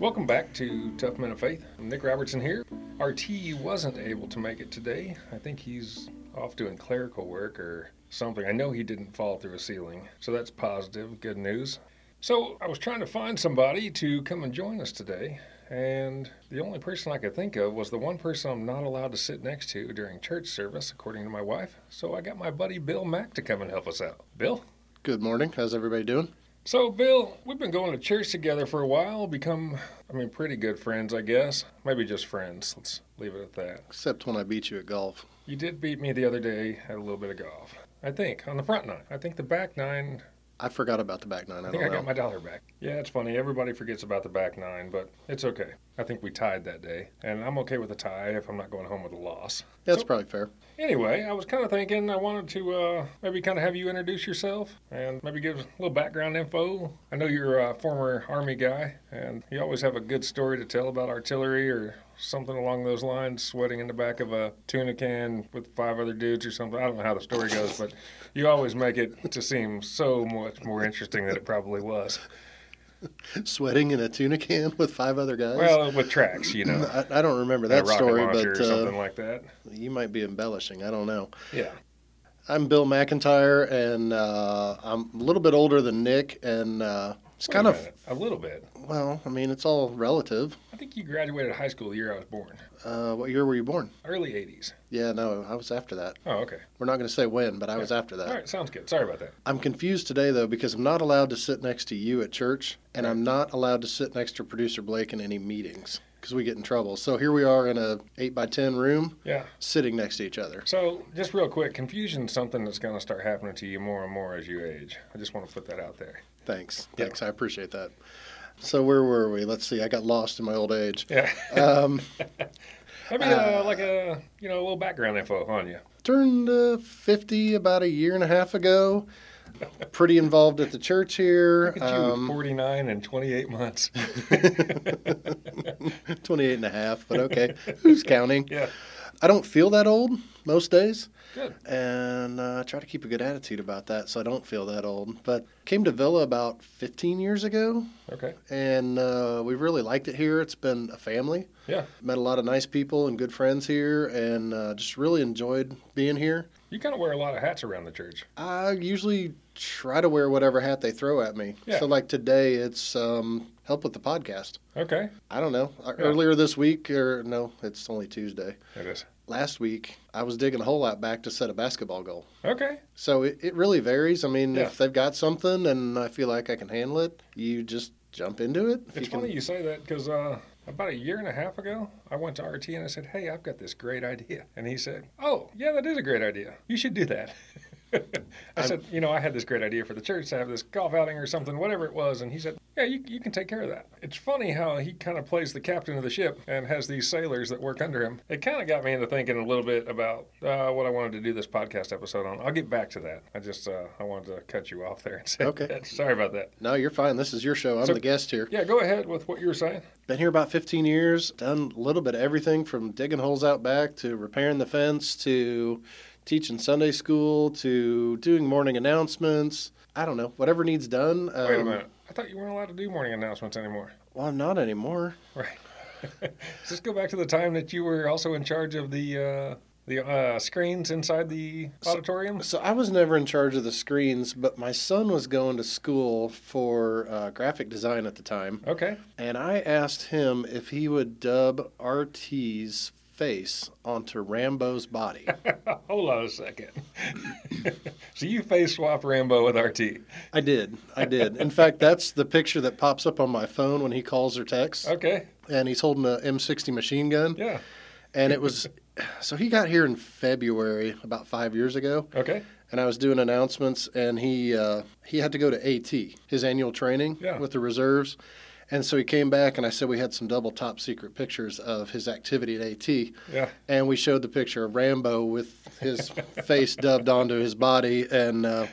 Welcome back to Tough Men of Faith. I'm Nick Robertson here. RT wasn't able to make it today. I think he's off doing clerical work or something. I know he didn't fall through a ceiling, so that's positive, good news. So I was trying to find somebody to come and join us today, and the only person I could think of was the one person I'm not allowed to sit next to during church service, according to my wife. So I got my buddy Bill Mack to come and help us out. Bill? Good morning. How's everybody doing? So, Bill, we've been going to church together for a while, become, I mean, pretty good friends, I guess. Maybe just friends. Let's leave it at that. Except when I beat you at golf. You did beat me the other day at a little bit of golf. I think, on the front nine. I think the back nine, I forgot about the back nine. I, I think I don't got know. my dollar back. Yeah, it's funny. Everybody forgets about the back nine, but it's okay. I think we tied that day, and I'm okay with a tie if I'm not going home with a loss. That's So- probably fair. Anyway, I was kind of thinking I wanted to uh, maybe kind of have you introduce yourself and maybe give a little background info. I know you're a former Army guy, and you always have a good story to tell about artillery or something along those lines, sweating in the back of a tuna can with five other dudes or something. I don't know how the story goes, but you always make it to seem so much more interesting than it probably was. Sweating in a tuna can with five other guys. Well, with tracks, you know. I, I don't remember a that rocket story, launcher but or uh, something like that. you might be embellishing. I don't know. Yeah. I'm Bill McIntyre, and uh, I'm a little bit older than Nick, and uh, it's Wait kind a of, minute, a little bit. well, I mean, it's all relative. I think you graduated high school the year I was born, Uh, what year were you born? early '80s. Yeah, no, I was after that. Oh, okay. We're not going to say when, but I was after that. All right, sounds good. Sorry about that. I'm confused today though because I'm not allowed to sit next to you at church, and I'm not allowed to sit next to producer Blake in any meetings because we get in trouble. So here we are in a eight by ten room, Yeah. sitting next to each other. So, just real quick, confusion's something that's going to start happening to you more and more as you age. I just want to put that out there. Thanks, Yeah. thanks, I appreciate that. So where were we? Let's see. I got lost in my old age. Yeah. Um, Maybe uh, like a you know a little background info on you. turned uh, fifty about a year and a half ago. Pretty involved at the church here. Look at you, Um, 49 and 28 months. 28 and a half, but okay. Who's counting? Yeah. I don't feel that old most days. Good. And uh, I try to keep a good attitude about that so I don't feel that old. But came to Villa about 15 years ago, Okay. and uh, we really liked it here. It's been a family. Yeah. Met a lot of nice people and good friends here, and uh, just really enjoyed being here. You kind of wear a lot of hats around the church. I usually try to wear whatever hat they throw at me. Yeah. So, like today, it's um, help with the podcast. Okay. I don't know. Uh, Earlier this week, or no, it's only Tuesday. It is. Last week, I was digging a hole out back to set a basketball goal. Okay. So it, it really varies. I mean, Yeah. if they've got something and I feel like I can handle it, you just jump into it. If It's you can, funny you say that because uh, about a year and a half ago, I went to RT and I said, Hey, I've got this great idea. And he said, Oh, yeah, that is a great idea. You should do that. I I'm- said, You know, I had this great idea for the church to have this golf outing or something, whatever it was. And he said, Yeah, you, you can take care of that. It's funny how he kind of plays the captain of the ship and has these sailors that work under him. It kind of got me into thinking a little bit about uh, what I wanted to do this podcast episode on. I'll get back to that. I just uh, I wanted to cut you off there and say, Okay. that. Sorry about that. no, you're fine. This is your show. I'm So- the guest here. Yeah, go ahead with what you were saying. Been here about 15 years. Done a little bit of everything from digging holes out back to repairing the fence to teaching Sunday school to doing morning announcements. I don't know. Whatever needs done. Um, Wait a minute. I thought you weren't allowed to do morning announcements anymore. Well, I'm not anymore. Right. Just go back to the time that you were also in charge of the uh, the uh, screens inside the auditorium. So I was never in charge of the screens, but my son was going to school for uh, graphic design at the time, Okay. and I asked him if he would dub RT's face onto Rambo's body. Hold on a second. so you face swap Rambo with RT. I did. I did. In fact, that's the picture that pops up on my phone when he calls or texts, Okay. and he's holding a M60 machine gun, Yeah. and it was. So he got here in February, about five years ago, Okay. and I was doing announcements, and he uh, he had to go to AT, his annual training Yeah. with the reserves, and so he came back, and I said we had some double top secret pictures of his activity at AT, Yeah. and we showed the picture of Rambo with his face dubbed onto his body, and uh,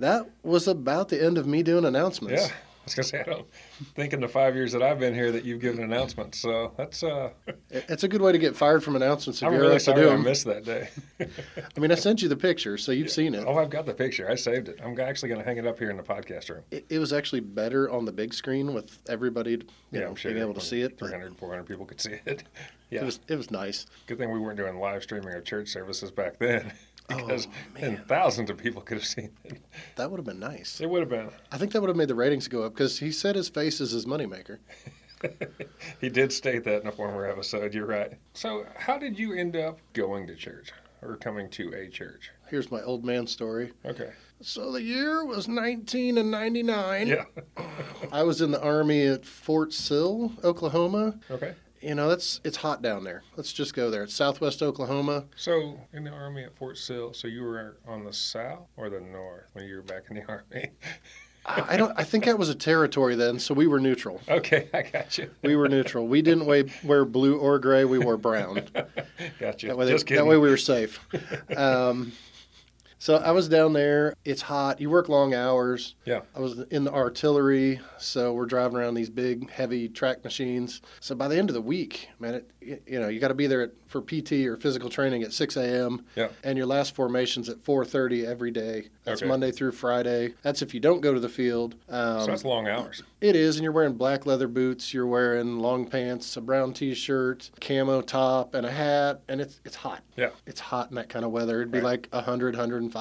that was about the end of me doing announcements. Yeah. was gonna say I don't think in the five years that I've been here that you've given announcements. So that's uh, It- It's a good way to get fired from announcements if I'm you're really asked to do sorry I 'em. missed that day. I mean, I sent you the picture, so you've seen it. Oh, I've got the picture. I saved it. I'm actually gonna hang it up here in the podcast room. it. It was actually better on the big screen with everybody, you Yeah, know, I'm sure being able to see it. but 300, 400 people could see it. Yeah, It was it was nice. good thing we weren't doing live streaming of church services back then, because oh man, then thousands of people could have seen it. that would have been nice. It would have been. I think that would have made the ratings go up because he said his face is his moneymaker. He did state that in a former episode. You're right. So, how did you end up going to church or coming to a church? Here's my old man story. Okay. So the year was 19 and 99. Yeah. I was in the army at Fort Sill, Oklahoma. Okay. You know, that's it's hot down there. Let's just go there. It's Southwest Oklahoma. So, in the army at Fort Sill, so you were on the south or the north when you were back in the army? I I don't. I think that was a territory then, so we were neutral. Okay, I got you. We were neutral. We didn't wa- wear blue or gray. We wore brown. Got you. That way, Just that kidding. way we were safe. Um, so I was down there. It's hot. You work long hours. Yeah. I was in the artillery, so we're driving around these big, heavy track machines. So by the end of the week, man, it, y- you know, you got to be there at, for PT or physical training at 6 a.m. Yeah. And your last formation's at 4:30 every day. That's Okay. Monday through Friday. That's if you don't go to the field. Um, so that's long hours. it is, and you're wearing black leather boots, you're wearing long pants, a brown t-shirt, camo top, and a hat, and it's it's hot. Yeah. It's hot in that kind of weather. It'd be Right. like 100, 105.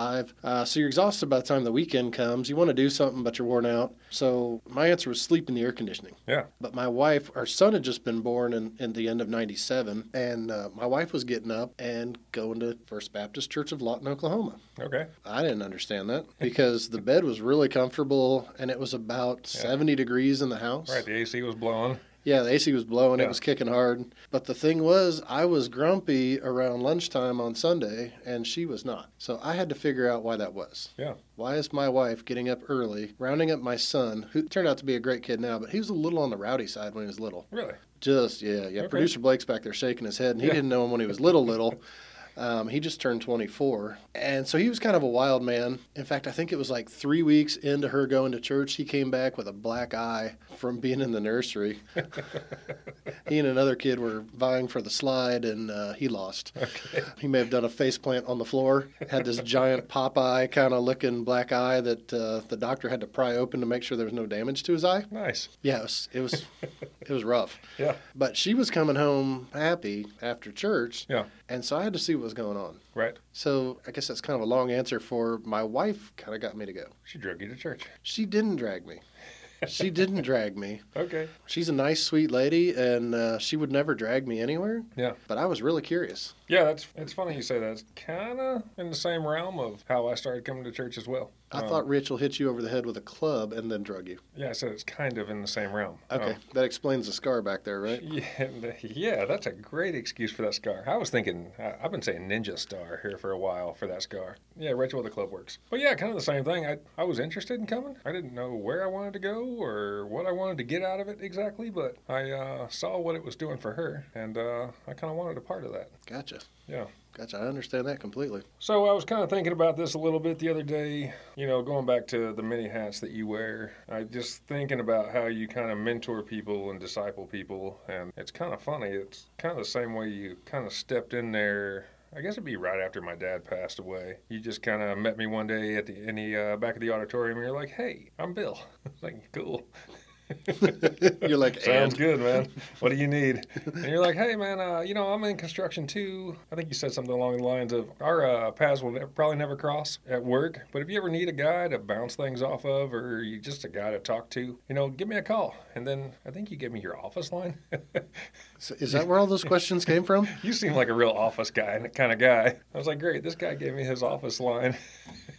Uh, so you're exhausted by the time the weekend comes. You want to do something, but you're worn out. So my answer was sleep in the air conditioning. Yeah. But my wife, our son had just been born in, in the end of 97, and uh, my wife was getting up and going to First Baptist Church of Lawton, Oklahoma. Okay. I didn't understand that because the bed was really comfortable and it was about 70 degrees in the house. Right. The AC was blowing. Yeah, the AC was blowing. Yeah. It was kicking hard. But the thing was, I was grumpy around lunchtime on Sunday, and she was not. So I had to figure out why that was. Yeah. Why is my wife getting up early, rounding up my son, who turned out to be a great kid now, but he was a little on the rowdy side when he was little. Really? Just, yeah, yeah. Okay. Producer Blake's back there shaking his head, and he Yeah. didn't know him when he was little, little. Um, he just turned 24. And so he was kind of a wild man. In fact, I think it was like three weeks into her going to church, he came back with a black eye from being in the nursery. he and another kid were vying for the slide, and uh, he lost. Okay. He may have done a face plant on the floor, had this giant Popeye kind of looking black eye that uh, the doctor had to pry open to make sure there was no damage to his eye. Nice. Yeah, it was, it was, it was rough. Yeah. But she was coming home happy after church. Yeah. And so I had to see what was going on. Right. So I guess that's kind of a long answer for my wife kind of got me to go. She drug you to church. She didn't drag me. She didn't drag me. Okay. She's a nice, sweet lady, and uh, she would never drag me anywhere. Yeah. But I was really curious. Yeah, that's it's funny you say that. It's kind of in the same realm of how I started coming to church as well. I Um, thought Rachel hit you over the head with a club and then drug you. Yeah, I said it's kind of in the same realm. Okay, Um, that explains the scar back there, right? yeah, yeah, that's a great excuse for that scar. I was thinking, I- I've been saying ninja star here for a while for that scar. Yeah, Rachel, the club works. But yeah, kind of the same thing. I, I was interested in coming. I didn't know where I wanted to go or what I wanted to get out of it exactly, but I uh, saw what it was doing for her, and uh, I kind of wanted a part of that. Gotcha. Yeah. Gotcha. I understand that completely. So I was kind of thinking about this a little bit the other day. You know, going back to the many hats that you wear, I just thinking about how you kind of mentor people and disciple people, and it's kind of funny. It's kind of the same way you kind of stepped in there. I guess it'd be right after my dad passed away. You just kind of met me one day at the in the uh, back of the auditorium, and you're like, "Hey, I'm Bill." It's like, cool. You're like, Sounds and good, man. What do you need? And you're like, hey, man, uh, you know, I'm in construction too. I think you said something along the lines of our uh, paths will ne- probably never cross at work, but if you ever need a guy to bounce things off of or you just a guy to talk to, you know, give me a call. And then I think you gave me your office line. So is that where all those questions came from? you seem like a real office guy and kind of guy. I was like, great, this guy gave me his office line.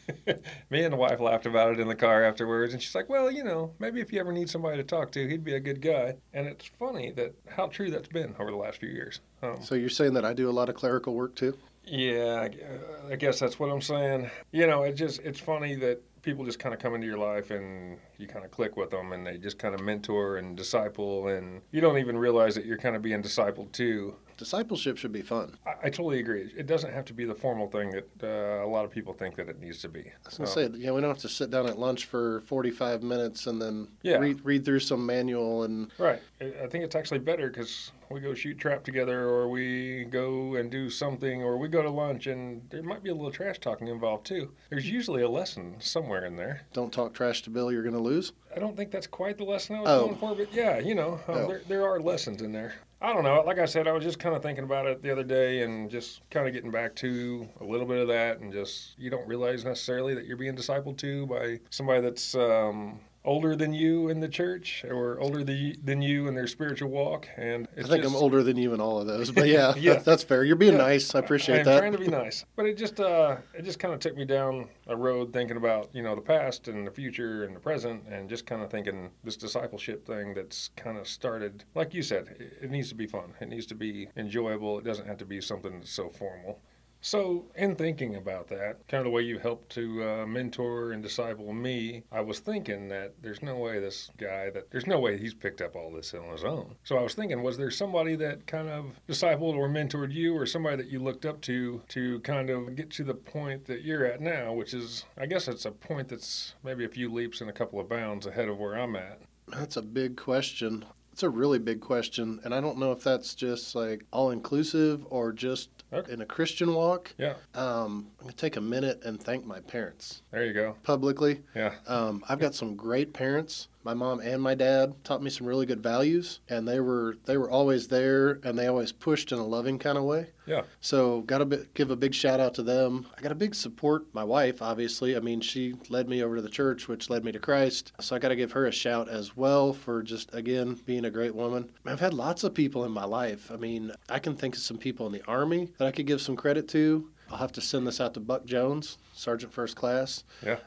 me and the wife laughed about it in the car afterwards, and she's like, well, you know, maybe if you ever need somebody to talk to, he'd be a good guy. And it's funny that how true that's been over the last few years. Um, So you're saying that I do a lot of clerical work too? yeah, I gu- I guess that's what I'm saying. You know, it just it's funny that people just kind of come into your life and you kind of click with them and they just kind of mentor and disciple, and you don't even realize that you're kind of being discipled too. Discipleship should be fun. I, I totally agree. It doesn't have to be the formal thing that uh, a lot of people think that it needs to be. I was gonna say, yeah, we don't have to sit down at lunch for 45 minutes and then Yeah. read, read through some manual and Right. I I think it's actually better because we go shoot trap together, or we go and do something, or we go to lunch, and there might be a little trash talking involved too. There's Hmm. usually a lesson somewhere in there. don't talk trash to Bill, you're gonna lose. I don't think that's quite the lesson I was Oh. going for, but yeah, you know, um, Oh. there, there are lessons in there. I don't know. Like I said, I was just kind of thinking about it the other day and just kind of getting back to a little bit of that. And just, you don't realize necessarily that you're being discipled to by somebody that's um, older than you in the church or older the, than you in their spiritual walk. And I it's think just, I'm older than you in all of those, but yeah, Yeah. that- that's fair. You're being Yeah. nice. I appreciate I'm that. trying to be nice, but it just uh, it just kind of took me down a road thinking about you know the past and the future and the present, and just kind of thinking this discipleship thing that's kind of started. Like you said, it, it needs to be fun. It needs to be enjoyable. It doesn't have to be something that's so formal. So, in thinking about that, kind of the way you helped to uh, mentor and disciple me, I was thinking that there's no way this guy that there's no way he's picked up all this on his own. So I was thinking, was there somebody that kind of discipled or mentored you, or somebody that you looked up to to kind of get to the point that you're at now, which is, I guess, it's a point that's maybe a few leaps and a couple of bounds ahead of where I'm at. That's a big question. It's a really big question, and I don't know if that's just like all inclusive or just Okay. in a Christian walk. Yeah. Um, I'm gonna take a minute and thank my parents There you go. publicly. Yeah. Um, I've got some great parents. My mom and my dad taught me some really good values, and they were they were always there, and they always pushed in a loving kind of way. Yeah. So got to bi- give a big shout out to them. I got a big support. My wife, obviously. I mean, she led me over to the church, which led me to Christ. So I got to give her a shout as well for just again being a great woman. I've had lots of people in my life. I mean, I can think of some people in the army that I could give some credit to. I'll have to send this out to Buck Jones, Sergeant First Class.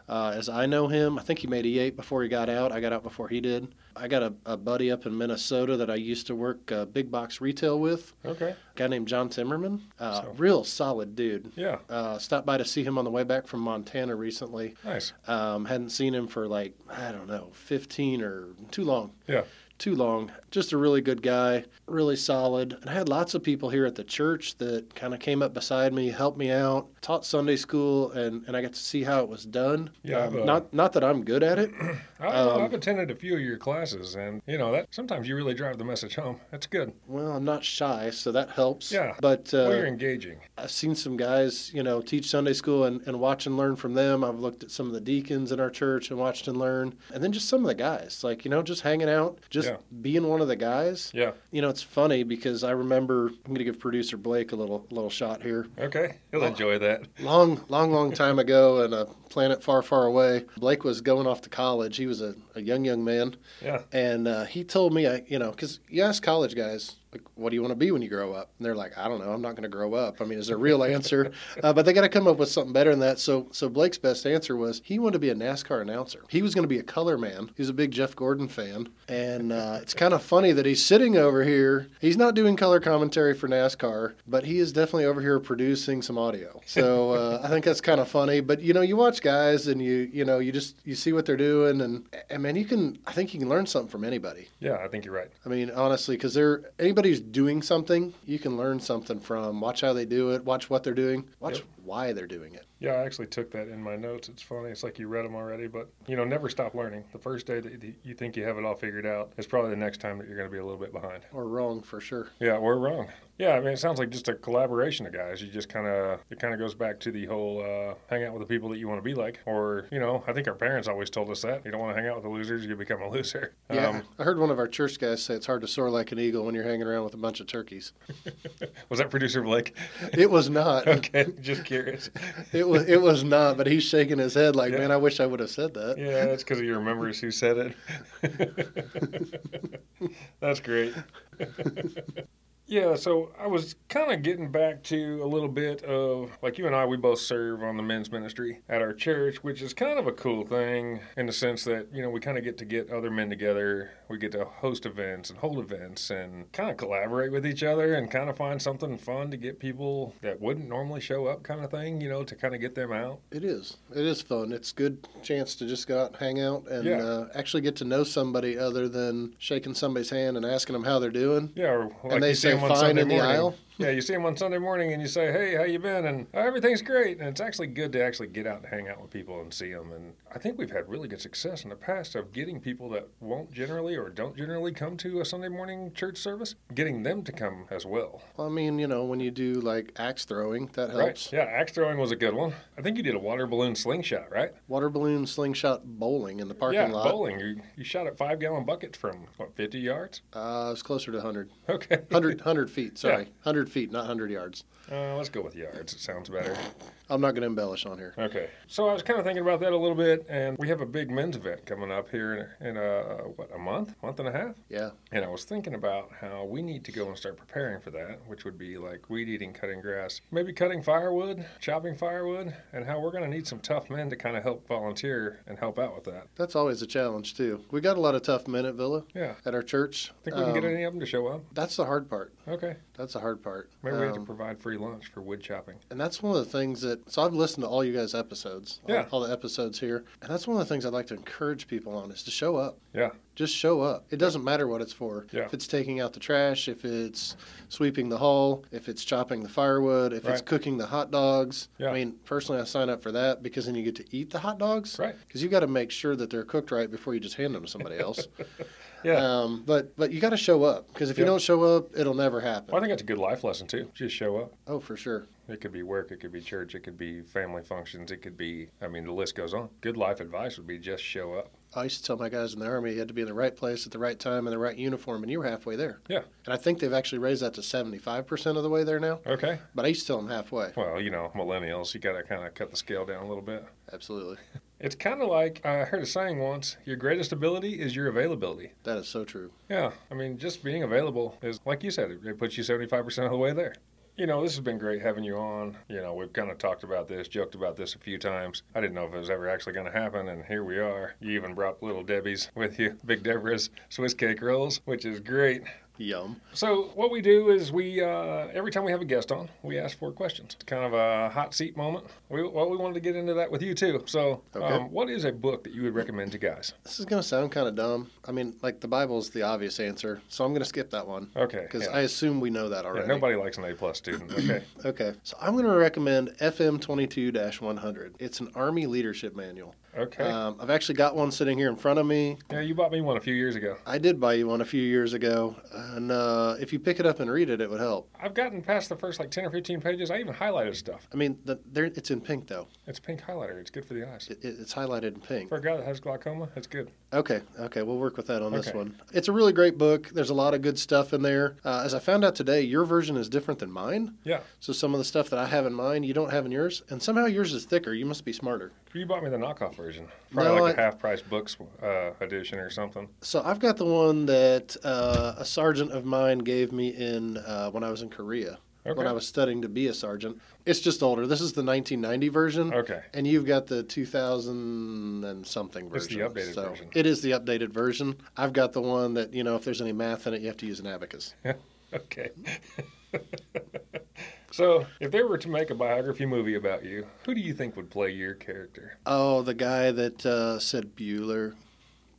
Uh, as I know him, I think he made E8 before he got out. I got out before he did. I got a, a buddy up in Minnesota that I used to work uh, big box retail with, Okay. a guy named John Timmerman. Uh, So- Real solid dude. Yeah. Uh, stopped by to see him on the way back from Montana recently. Nice. Um, hadn't seen him for like, I don't know, 15 or too long. Yeah. Too long. Just a really good guy, really solid. And I had lots of people here at the church that kind of came up beside me, helped me out, taught Sunday school, and, and I got to see how it was done. Yeah, Um, I've, uh, not, not that I'm good at it. I don't know, Um, I've attended a few of your classes, and you know that sometimes you really drive the message home. That's good. Well, I'm not shy, so that helps. Yeah. But uh, well, you're engaging. I've seen some guys, you know, teach Sunday school and, and watch and learn from them. I've looked at some of the deacons in our church and watched and learned. And then just some of the guys, like, you know, just hanging out, just Yeah. being one of the guys. Yeah. You know, it's funny because I remember, I'm going to give producer Blake a little, little shot here. Okay, he'll Well- enjoy that. Long, long, long time ago in a planet far, far away, Blake was going off to college. He was a, a young, young man. Yeah. And uh, he told me, I, you know, because you ask college guys, like, what do you want to be when you grow up? And they're like, I don't know. I'm not going to grow up. I mean, is there a real answer? Uh, but they got to come up with something better than that. So, so Blake's best answer was he wanted to be a NASCAR announcer. He was going to be a color man. He was a big Jeff Gordon fan. And uh, it's kind of funny that he's sitting over here. He's not doing color commentary for NASCAR, but he is definitely over here producing some audio. So uh, I think that's kind of funny. But you know, you watch guys and you you know you just you see what they're doing, and and man, you can I think you can learn something from anybody. Yeah, I think you're right. I mean, honestly, because they're anybody who's doing something, you can learn something from. Watch how they do it. Watch what they're doing. Watch Yep. why they're doing it. Yeah, I actually took that in my notes. It's funny. It's like you read them already, but you know, never stop learning. The first day that you think you have it all figured out is probably the next time that you're going to be a little bit behind. Or wrong for sure. Yeah, we're wrong. Yeah, I mean, it sounds like just a collaboration of guys. You just kind of it kind of goes back to the whole uh, hang out with the people that you want to be like, or you know, I think our parents always told us that you don't want to hang out with the losers, you become a loser. Um, Yeah, I heard one of our church guys say it's hard to soar like an eagle when you're hanging around with a bunch of turkeys. was that producer Blake? It was not. okay, just curious. It was it was not, but he's shaking his head like, Yeah. man, I wish I would have said that. Yeah, that's because of your members who said it. that's great. Yeah, so I was kind of getting back to a little bit of like you and I, we both serve on the men's ministry at our church, which is kind of a cool thing in the sense that, you know, we kind of get to get other men together. We get to host events and hold events and kind of collaborate with each other and kind of find something fun to get people that wouldn't normally show up kind of thing, you know, to kind of get them out. It is. It is fun. It's good chance to just go out and hang out and Yeah. uh, actually get to know somebody other than shaking somebody's hand and asking them how they're doing. Yeah, or like they you see say them on fine Sunday in the morning. aisle? Yeah, you see them on Sunday morning and you say, "Hey, how you been?" and "Oh, everything's great. And it's actually good to actually get out and hang out with people and see them. And I think we've had really good success in the past of getting people that won't generally or don't generally come to a Sunday morning church service, getting them to come as well. Well, I mean, you know, when you do like axe throwing, that Right? helps. Yeah, axe throwing was a good one. I think you did a water balloon slingshot, right? Water balloon slingshot bowling in the parking yeah, lot. bowling. You, you shot at five gallon buckets from what fifty yards? Uh, it's closer to 100. Okay, 100, 100 feet, sorry. Yeah. 100 feet, not 100 yards. Uh, let's go with yards. It sounds better. I'm not going to embellish on here. Okay. So I was kind of thinking about that a little bit, and we have a big men's event coming up here in, in uh, what, a month, month and a half? Yeah. And I was thinking about how we need to go and start preparing for that, which would be like weed eating, cutting grass, maybe cutting firewood, chopping firewood, and how we're going to need some tough men to kind of help volunteer and help out with that. That's always a challenge, too. We got a lot of tough men at Villa Yeah. at our church. Think we can get Um, any of them to show up? That's the hard part. Okay. That's the hard part. Maybe we have to Um, provide free lunch for wood chopping. And that's one of the things that, so I've listened to all you guys' episodes, all- Yeah. all, the episodes here. And that's one of the things I'd like to encourage people on is to show up. Yeah. Just show up. It doesn't matter what it's for. Yeah. If it's taking out the trash, if it's sweeping the hall, if it's chopping the firewood, if it's Right. cooking the hot dogs. Yeah. I mean, personally, I sign up for that because then you get to eat the hot dogs. Right. Because you got to make sure that they're cooked right before you just hand them to somebody else. Yeah. Um, but but you got to show up because if you Yeah. don't show up, it'll never happen. Well, I think that's a good life lesson, too. Just show up. Oh, for sure. It could be work, it could be church, it could be family functions, it could be, I mean, the list goes on. Good life advice would be just show up. I used to tell my guys in the army you had to be in the right place at the right time in the right uniform, and you were halfway there. Yeah. And I think they've actually raised that to 75% of the way there now, Okay. but I used to tell them halfway. Well, you know, millennials, you got to kind of cut the scale down a little bit. Absolutely. It's kind of like I heard a saying once your greatest ability is your availability. That is so true. Yeah. I mean, just being available is, like you said, it, it puts you 75% of the way there. You know, this has been great having you on. You know, we've kind of talked about this, joked about this a few times. I didn't know if it was ever actually going to happen, and here we are. You even brought little Debbie's with you, Big Deborah's Swiss cake rolls, which is great. Yum. So what we do is we uh, every time we have a guest on, we ask four questions. It's kind of a hot seat moment. We, well, we wanted to get into that with you too. So, Okay. um, what is a book that you would recommend to guys? This is going to sound kind of dumb. I mean, like the Bible's the obvious answer, so I'm going to skip that one Okay, because yeah. I assume we know that Yeah, already. nobody likes an A plus student. Okay, Okay. So I'm going to recommend FM 22 100. It's an Army leadership manual. okay. Um, I've actually got one sitting here in front of me. yeah, you bought me one a few years ago. I did buy you one a few years ago, and uh, if you pick it up and read it, it would help. I've gotten past the first like ten or fifteen pages. I even highlighted stuff. I mean, the, there, it's in pink though. It's pink highlighter. It's good for the eyes. It, it- it's highlighted in pink. For a guy that has glaucoma, it's good. Okay, okay, we'll work with that on this Okay. one. It's a really great book. There's a lot of good stuff in there. Uh, as I found out today, your version is different than mine. Yeah. So some of the stuff that I have in mine, you don't have in yours, and somehow yours is thicker. You must be smarter. You bought me the knockoff version, probably No, like a I- half price books uh, edition or something. So I've got the one that uh, a sergeant of mine gave me in uh, when I was in Korea. When Okay. I was studying to be a sergeant, it's just older. This is the 1990 version. Okay. And you've got the 2000 and something It's the version. updated version. It is the updated version. I've got the one that, you know, if there's any math in it, you have to use an abacus. Okay. so, if they were to make a biography movie about you, who do you think would play your character? Oh, the guy that uh, said Bueller.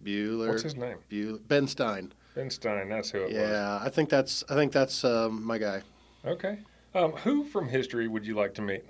Bueller. What's his name? Bueller. Ben Stein. Ben Stein. That's who it Yeah, I think that's I think that's um, my guy. was. Okay. Um, who from history would you like to meet?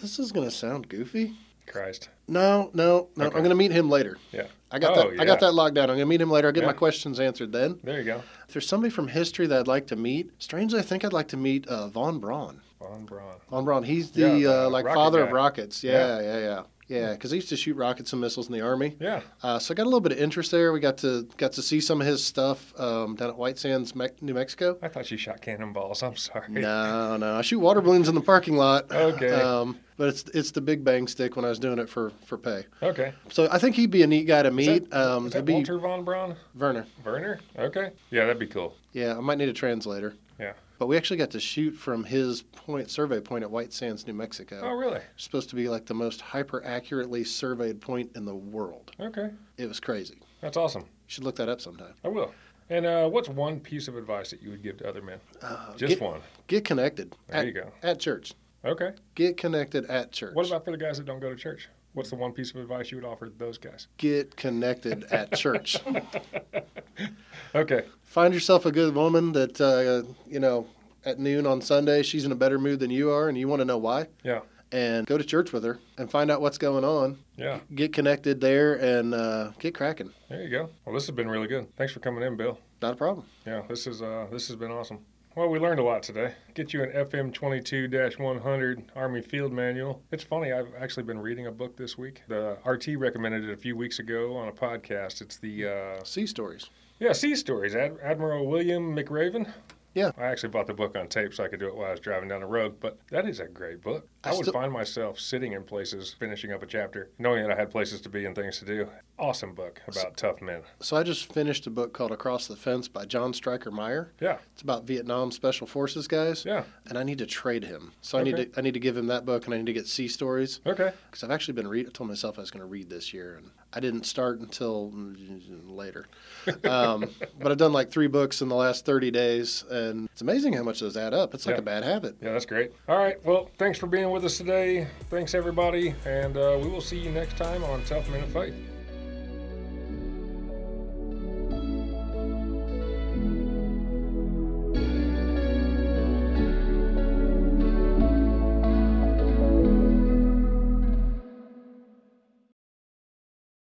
This is gonna sound goofy. Christ. No, no, no. Okay. I'm gonna meet him later. Yeah. I got Oh, that. I got yeah. that locked down. I'm gonna meet him later. I'll get Yeah. my questions answered then. There you go. If there's somebody from history that I'd like to meet, strangely, I think I'd like to meet uh, Von Braun. Von Braun. Von Braun. He's the, Yeah, the uh, like rocket father guy. of rockets. Yeah, yeah, yeah, yeah. Because he used to shoot rockets and missiles in the army. Yeah. Uh, so I got a little bit of interest there. We got to got to see some of his stuff um, down at White Sands, Mec New Mexico. I thought you shot cannonballs. I'm sorry. No, no, I shoot water balloons in the parking lot. Okay. Um, but it's it's the Big Bang stick when I was doing it for for for pay. Okay. So I think he'd be a neat guy to meet. um, Is to that be Walter von Braun? Werner. Werner? Okay. Yeah, that'd be cool. Yeah, I might need a translator. Yeah. But we actually got to shoot from his point survey point at White Sands, New Mexico. Oh, really? Supposed to be like the most hyper accurately surveyed point in the world. Okay. It was crazy. You That's awesome. should look that up sometime. I will. And uh, what's one piece of advice that you would give to other men? Uh, Just get, one. get connected. There at, you go. At church. Okay. Get connected at church. What about for the guys that don't go to church? What's the one piece of advice you would offer those guys? get connected at church? Okay. Find yourself a good woman that uh, you know at noon on Sunday she's in a better mood than you are, and you want to know why. Yeah. And go to church with her and find out what's going on. Yeah. Get connected there and uh, get cracking. There you go. Well, this has been really good. Thanks for coming in, Bill. Not a problem. Yeah, this is uh, this has been awesome. Well, we learned a lot today. Get you an FM 22-100 Army Field Manual. It's funny, I've actually been reading a book this week. The RT recommended it a few weeks ago on a podcast. It's the uh, Sea stories. yeah Sea Stories, Ad- Admiral William McRaven. Yeah. I actually bought the book on tape so I could do it while I was driving down the road. But that is a great book. I, I would still- find myself sitting in places, finishing up a chapter, knowing that I had places to be and things to do. Awesome book about tough men. So I just finished a book called Across the Fence by John Stryker Meyer. Yeah. It's about Vietnam Special Forces guys. Yeah. And I need to trade him. So I Okay. need to I need to give him that book and I need to get sea stories Okay. because I've actually been read. I told myself I was going to read this year and I didn't start until later. Um, but I've done like three books in the last 30 days and it's amazing how much those add up. It's like Yeah. a bad habit. Yeah, that's great. All right. Well, thanks for being with us today. Thanks, everybody. And uh, we will see you next time on Tough Minute Fight.